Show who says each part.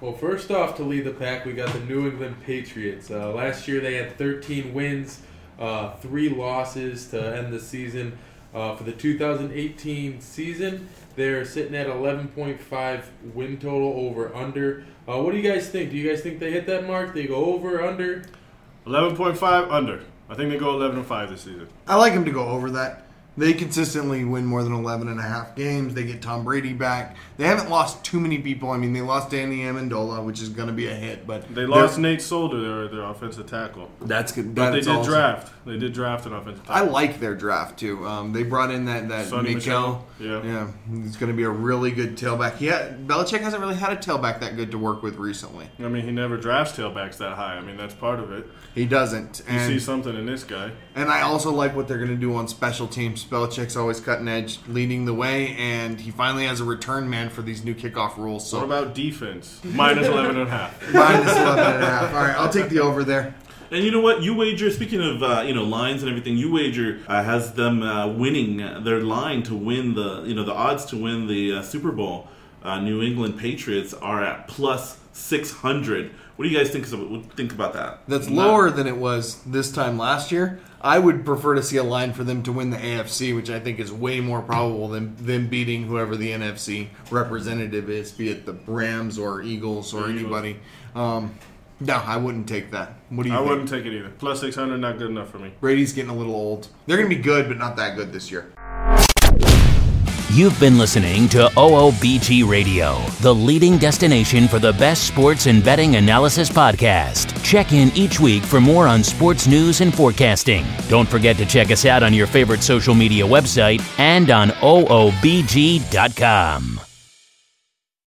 Speaker 1: Well, first off, to lead the pack, we got the New England Patriots. Uh, last year, they had 13 wins, uh, three losses to end the season. Uh, for the 2018 season, they're sitting at 11.5 win total over under. Uh, what do you guys think? Do you guys think they hit that mark? They go over under?
Speaker 2: 11.5 under. I think they go 11 and 5 this season.
Speaker 3: I like them to go over that. They consistently win more than 11 and a half games. They get Tom Brady back. They haven't lost too many people. I mean, they lost Danny Amendola, which is going to be a hit, but
Speaker 2: They lost Nate Solder, their, their offensive tackle.
Speaker 3: That's good.
Speaker 2: But they
Speaker 3: that's
Speaker 2: did
Speaker 3: awesome.
Speaker 2: draft. They did draft an offensive
Speaker 3: I
Speaker 2: tackle.
Speaker 3: like their draft too. Um, they brought in that that
Speaker 2: Sonny
Speaker 3: Mikel.
Speaker 2: Michel,
Speaker 3: yeah, it's going to be a really good tailback. Yeah, Belichick hasn't really had a tailback that good to work with recently.
Speaker 2: I mean, he never drafts tailbacks that high. I mean, that's part of it.
Speaker 3: He doesn't.
Speaker 2: You
Speaker 3: And
Speaker 2: see something in this guy.
Speaker 3: And I also like what they're going to do on special teams. Belichick's always cutting edge, leading the way, and he finally has a return man for these new kickoff rules.
Speaker 2: What
Speaker 3: So
Speaker 2: about defense? Minus 11 and a half.
Speaker 3: minus 11 and a half. All right, I'll take the over there.
Speaker 4: And you know what? You wager. Speaking of uh, you know lines and everything, you wager uh, has them uh, winning uh, their line to win the you know the odds to win the uh, Super Bowl. Uh, New England Patriots are at plus six hundred. What do you guys think? Of, think about that.
Speaker 3: That's
Speaker 4: Not-
Speaker 3: lower than it was this time last year. I would prefer to see a line for them to win the AFC, which I think is way more probable than them beating whoever the NFC representative is, be it the Rams or Eagles or anybody. Um, no, I wouldn't take that. What do you
Speaker 2: I
Speaker 3: think?
Speaker 2: wouldn't take it either. Plus 600, not good enough for me.
Speaker 3: Brady's getting a little old. They're going to be good, but not that good this year.
Speaker 5: You've been listening to OOBG Radio, the leading destination for the best sports and betting analysis podcast. Check in each week for more on sports news and forecasting. Don't forget to check us out on your favorite social media website and on OOBG.com.